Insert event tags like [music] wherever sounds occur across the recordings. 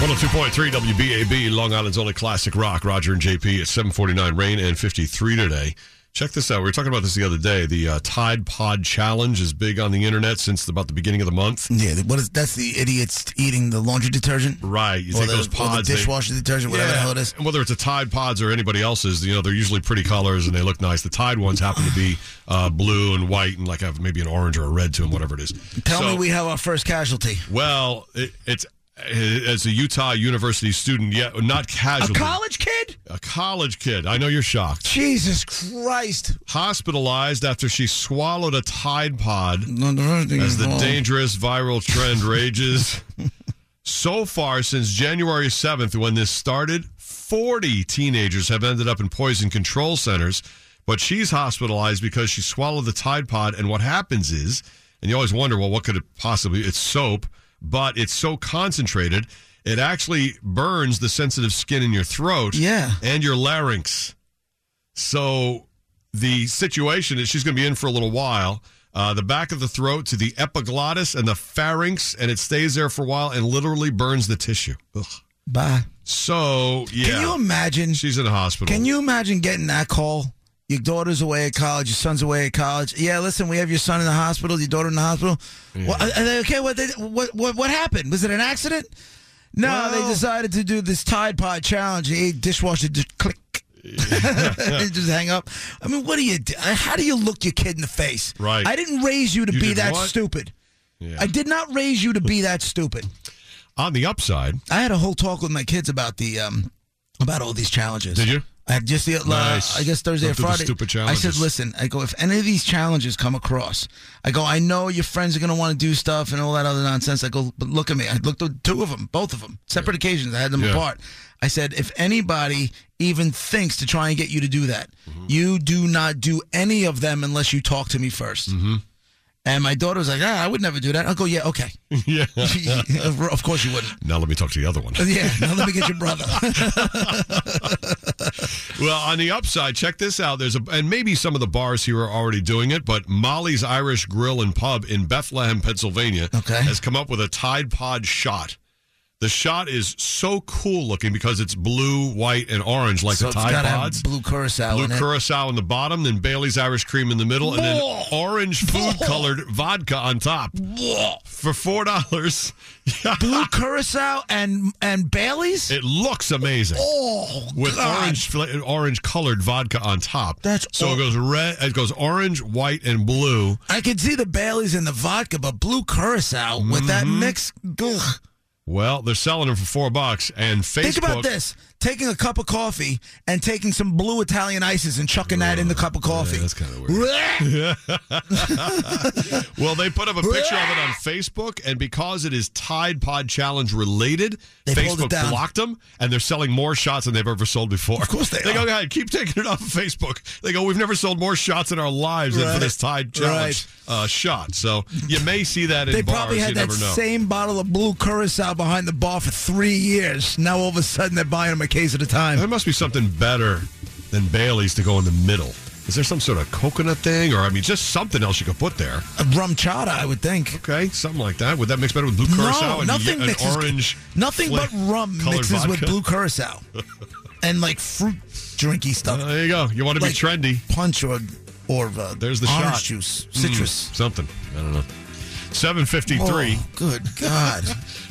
One hundred two point three WBAB, Long Island's only classic rock. Roger and JP at seven forty nine. Rain and fifty three today. Check this out. We were talking about this the other day. The uh, Tide Pod Challenge is big on the internet since about the beginning of the month. Yeah, th- what is that's the idiots eating the laundry detergent Right. You or take the, those or the pods. they- dishwasher detergent, whatever the hell it is. And whether it's a Tide Pods or anybody else's, you know, they're usually pretty colors and they look nice. The Tide ones happen to [sighs] be uh, blue and white and like have maybe an orange or a red to them, whatever it is. Tell So- me we have our first casualty. Well, it, it's as a Utah University student, yeah, not casually. kid? a college kid. I know you're shocked. Jesus Christ! Hospitalized after she swallowed a Tide Pod No, no, no, no, as the no. dangerous viral trend rages. so far, since January 7th, when this started, 40 teenagers have ended up in poison control centers. But she's hospitalized because she swallowed the Tide Pod. And what happens is, and you always wonder, well, what could it possibly? It's soap, but it's so concentrated, it actually burns the sensitive skin in your throat Yeah. [laughs] and your larynx. So the situation is she's going to be in for a little while. Uh, the back of the throat to the epiglottis and the pharynx, and it stays there for a while and literally burns the tissue. Ugh. Bye. So yeah, Can you imagine? she's in the hospital. Can you imagine getting that call? Your daughter's away at college. Your son's away at college. Yeah, listen, we have your son in the hospital. Your daughter in the hospital. What, are they okay? What, they, what what what happened? Was it an accident? No, they Well- decided to do this Tide Pod challenge. They ate dishwasher. Just click. [laughs] they just hang up. I mean, what do you? do? How do you look your kid in the face? Right. I didn't raise you to You be did that what? stupid. Yeah. I did not raise you to be that stupid. On the upside, I had a whole talk with my kids about the um about all these challenges. Did you? I had just the uh, Nice. I guess Thursday Go or through the Friday. stupid I said, challenges. listen, I go if any of these challenges come across, I go I know your friends are gonna want to do stuff and all that other nonsense. I go, but look at me. I looked at two of them, both of them, separate occasions. I had them Yeah. apart. I said, if anybody even thinks to try and get you to do that, Mm-hmm. you do not do any of them unless you talk to me 1st Mm-hmm. And my daughter was like, ah, I would never do that. I go, yeah, okay. [laughs] yeah. [laughs] of course you wouldn't. Now let me talk to the other one. [laughs] Yeah, now let me get your brother. Well, on the upside, check this out. There's a and maybe some of the bars here are already doing it, but Molly's Irish Grill and Pub in Bethlehem, Pennsylvania, Okay. has come up with a Tide Pod shot. The shot is so cool looking because it's blue, white, and orange like [laughs] so the it's Tide gotta Pods. have blue curacao Blue in it. curacao in the bottom, then Bailey's Irish cream in the middle, and then orange food colored vodka on top. For four dollars, [laughs] blue curacao and and Bailey's. it looks amazing. oh, with God. orange fla- orange colored vodka on top. That's so aw- it goes red. It goes orange, white, and blue. I could see the Bailey's and the vodka, but blue curacao with that Mm-hmm. mix. Ugh. Well, they're selling them for four bucks. And Facebook. Think about this: taking a cup of coffee and taking some blue Italian ices and chucking that in the cup of coffee. that's kinda weird. [laughs] Well, they put up a picture of it [laughs] on Facebook, and because it is Tide Pod Challenge related, They pulled it Facebook down. blocked them, and they're selling more shots than they've ever sold before. Of course they [laughs] They go, are. ahead, keep taking it off of Facebook. They go, we've never sold more shots in our lives than for Right. this Tide Challenge uh, shot. So you may see that in They bars. probably had you that never know. same bottle of blue curacao behind the bar for three years. Now all of a sudden they're buying them a case at a There time. must be something better than Bailey's to go in the middle. Is there some sort of coconut thing, or I mean, just something else you could put there? A rum chata, I would think. Okay, something like that. Would that mix better with blue curacao no, and nothing ye- an mixes, orange? Nothing fla- but rum colored mixes with vodka? [laughs] blue curacao and like fruit drinky stuff. Uh, there you go. You want to Like be trendy? Punch or or uh, There's the orange shot. Mm. juice, citrus. Something. I don't know. Seven fifty-three. Oh, good [laughs] God!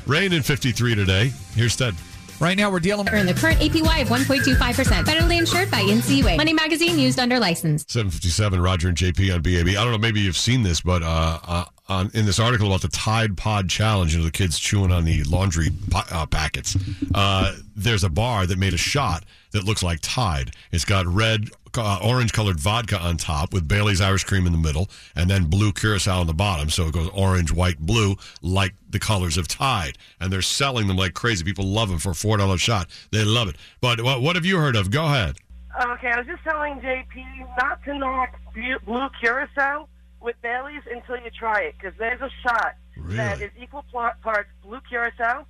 Rain in fifty-three today. Here's Ted. Right now, we're dealing Earn the current APY of 1.25%. Federally insured by NCUA. Money magazine used under license. 757 Roger and JP on BAB. I don't know, maybe you've seen this, but uh, uh, on, in this article about the Tide Pod Challenge, you know, the kids chewing on the laundry po- uh, packets, uh, there's a bar that made a shot that looks like Tide. It's got red uh, orange colored vodka on top with Bailey's Irish cream in the middle, and then blue curacao on the bottom. So it goes orange, white, blue, like the colors of Tide. And they're selling them like crazy. People love them for a four dollar shot. They love it. But what, what have you heard of? Go ahead. Okay, I was just telling JP not to knock Bu- blue curacao with Bailey's until you try it, because there's a shot that Really? is equal pl- parts blue curacao,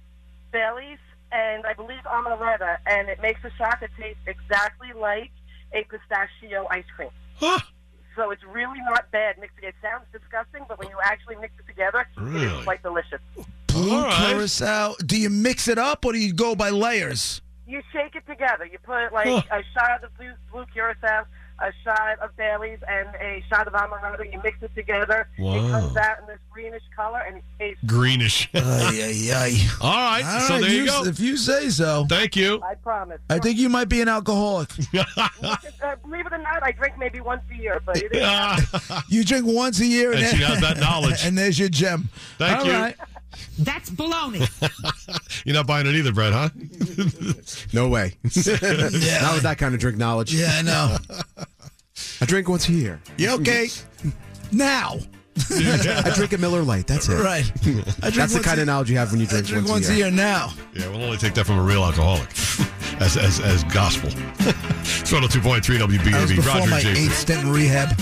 Bailey's, and I believe amaretto, and it makes a shot that tastes exactly like a pistachio ice cream. Huh. So it's really not bad mixing. It sounds disgusting, but when you actually mix it together, it Really? is quite delicious. Blue All right. curacao. Do you mix it up or do you go by layers? you shake it together. You put like Huh. a shot of blue, blue curacao, a shot of Bailey's, and a shot of amaretto. You mix it together. It comes Wow. out in this greenish color, and it tastes. Greenish. All Ay, [laughs] ay, ay. right. All so right, there you go. If you say so. Thank you. I promise. I think you might be [laughs] an alcoholic. Uh, believe it or not, I drink maybe once a year, but it is. You drink once a year, and, And she [laughs] has that knowledge. and there's your gem. Thank All you. right. That's baloney. You're not buying it either, Brett, huh? No way. [laughs] Yeah. Not with that kind of drink knowledge. Yeah, I know. [laughs] I drink once here. You okay? now. I drink a Miller Light. That's it. [laughs] Right. I drink That's the once kind a- of knowledge you have when you I drink, drink once a year now. Yeah, we'll only take that from a real alcoholic [laughs] as, as, as gospel. [laughs] Total 2.3 That was WBAB. before Roger my J. eight stint rehab.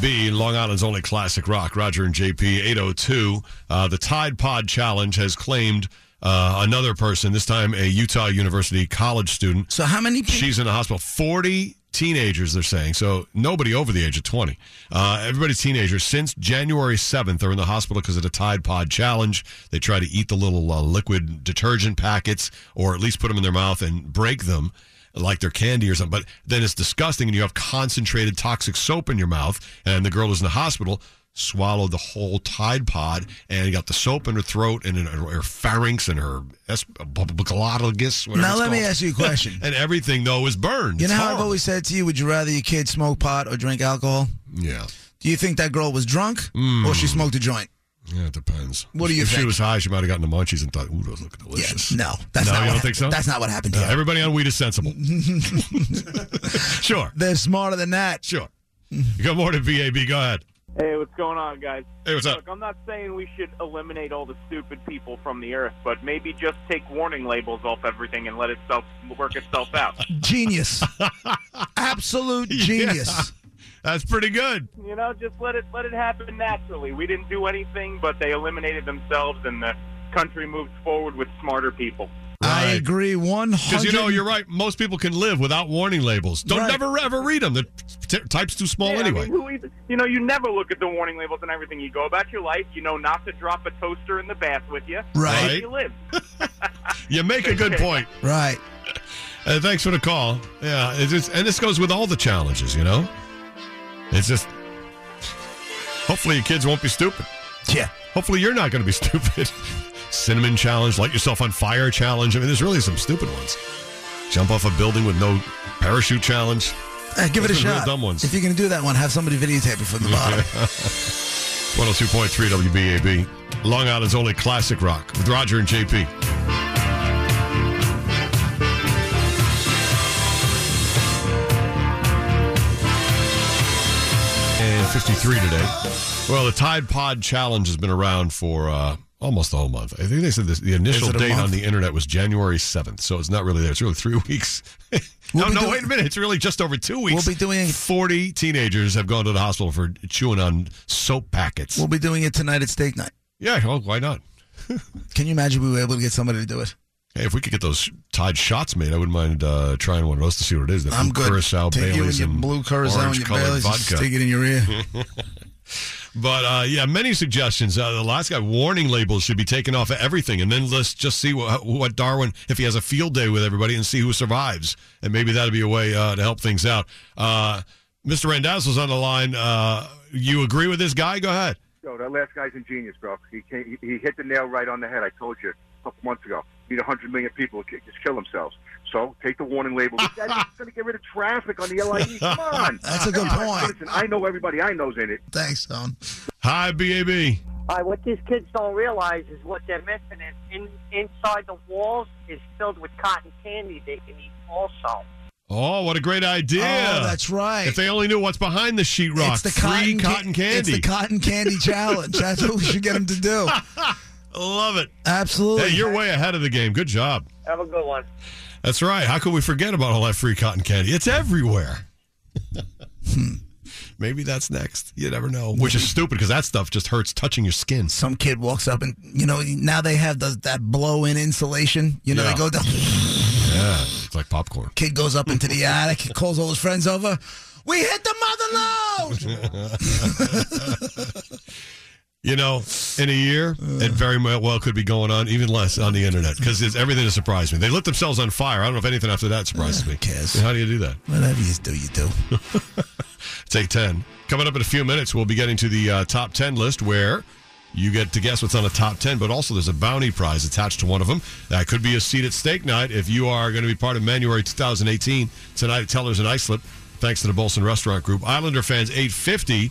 B, Long Island's only classic rock. Roger and JP, 802. Uh, the Tide Pod Challenge has claimed uh, another person, this time a Utah University college student. So how many? people? She's in the hospital. 40 teenagers, they're saying. So nobody over the age of 20. Uh, everybody's teenagers since January 7th are in the hospital because of the Tide Pod Challenge. They try to eat the little uh, liquid detergent packets or at least put them in their mouth and break them like they're candy or something. But then it's disgusting and you have concentrated toxic soap in your mouth. And the girl is in the hospital. Swallowed the whole Tide Pod and got the soap in her throat and in her, her pharynx and her es- glottis. whatever [laughs] now it's let me called. ask you a question. And everything though was burned. you It's know how I've horrible. always said to you, would you rather your kid smoke pot or drink alcohol? Yeah. Do you think that girl was drunk Hmm. or she smoked a joint? Yeah, it depends. What do you If she think? was high, she might have gotten the munchies and thought, "Ooh, those look delicious." Yes. No, that's No, not. you what don't hap- think so? That's not what happened to Uh, her. everybody on weed is [laughs] sensible. sure, They're smarter than that. sure. Good morning, VAB. Go ahead. Hey, what's going on, guys? Hey, what's up? Look, I'm not saying we should eliminate all the stupid people from the earth, but maybe just take warning labels off everything and let itself work itself out. [laughs] Genius. Absolute genius. That's pretty good. you know, just let it let it happen naturally. We didn't do anything, but they eliminated themselves, and the country moves forward with smarter people. I Right. agree one Because hundred. you know, you're right. Most people can live without warning labels. Don't Right. never ever read them. The t- type's too small Yeah, I anyway. mean, who even, you know, you never look at the warning labels and everything. You go about your life. You know not to drop a toaster in the bath with you. Right. And You live. you make a good [laughs] point. right. Uh, thanks for the call. Yeah, it's just, and this goes with all the challenges. You know, it's just. Hopefully, your kids won't be stupid. Yeah. Hopefully, you're not going to be [laughs] stupid. Cinnamon challenge, light yourself on fire challenge. I mean, there's really some stupid ones. Jump off a building with no parachute challenge. Uh, give it a Those are real shot. dumb ones. If you're gonna do that one, have somebody videotape it from the [laughs] bottom. 102.3 WBAB, Long Island's only classic rock with Roger and JP. And 53 today. Well, the Tide Pod Challenge has been around for uh, almost the whole month. I think they said this, the initial it a date on month? the internet was January 7th, so it's not really there. It's really three [laughs] weeks. We'll no, be no, doing- wait a minute. It's really just over two weeks. We'll be doing- 40 teenagers have gone to the hospital for chewing on soap packets. We'll be doing it tonight at steak night. yeah, oh, well, why not? Can you imagine we were able to get somebody to do it? Hey, if we could get those Tide shots made, I wouldn't mind uh, trying one of those to see what it is. The I'm blue good. Curacao, Take you and Bailey's, your and blue curacao and your orange-colored Baileys and vodka. stick it in your ear. [laughs] But uh, yeah, many suggestions. Uh, the last guy, warning labels should be taken off of everything, and then let's just see what, what Darwin, if he has a field day with everybody, and see who survives, and maybe that'll be a way uh, to help things out. Uh, Mr. Randazzo's on the line. Uh, you agree with this guy? Go ahead. Yo, that last guy's ingenious, bro. He came, he he hit the nail right on the head. I told you a couple months ago. Need 100 million people to ki- just kill themselves. So take the warning label. This guy's going to get rid of traffic on the LIE. Come on. That's a good Come on. point. Listen, I know everybody I know's in it. Thanks, son. Hi, BAB. All right, what these kids don't realize is what they're missing is in, inside the walls is filled with cotton candy they can eat also. Oh, what a great idea. Oh, that's right. If they only knew what's behind the sheetrock. it's the Free cotton, ca- cotton candy. It's the cotton candy challenge. That's what we should get them [laughs] to do. Love it. Absolutely. Hey, you're way ahead of the game. Good job. Have a good one. That's right. How could we forget about all that free cotton candy? It's everywhere. Hmm. [laughs] Maybe that's next. You never know. Which is stupid because that stuff just hurts touching your skin. Some kid walks up and you know now they have the, that blow-in insulation. You know Yeah. they go down. Yeah, it's like popcorn. Kid goes up into the attic, calls all his friends over. We hit the mother [laughs] load. You know, in a year, it very mu- well could be going on, even less on the internet, because it's everything that surprised me. They lit themselves on fire. I don't know if anything after that surprises me. cares? How do you do that? Whatever you do, you do. Take 10. Coming up in a few minutes, we'll be getting to the uh, top 10 list where you get to guess what's on the top 10, but also there's a bounty prize attached to one of them. That could be a seat at steak night if you are going to be part of Manuary 2018 tonight at Teller's in Islip, thanks to the Bolson Restaurant Group. Islander fans 850.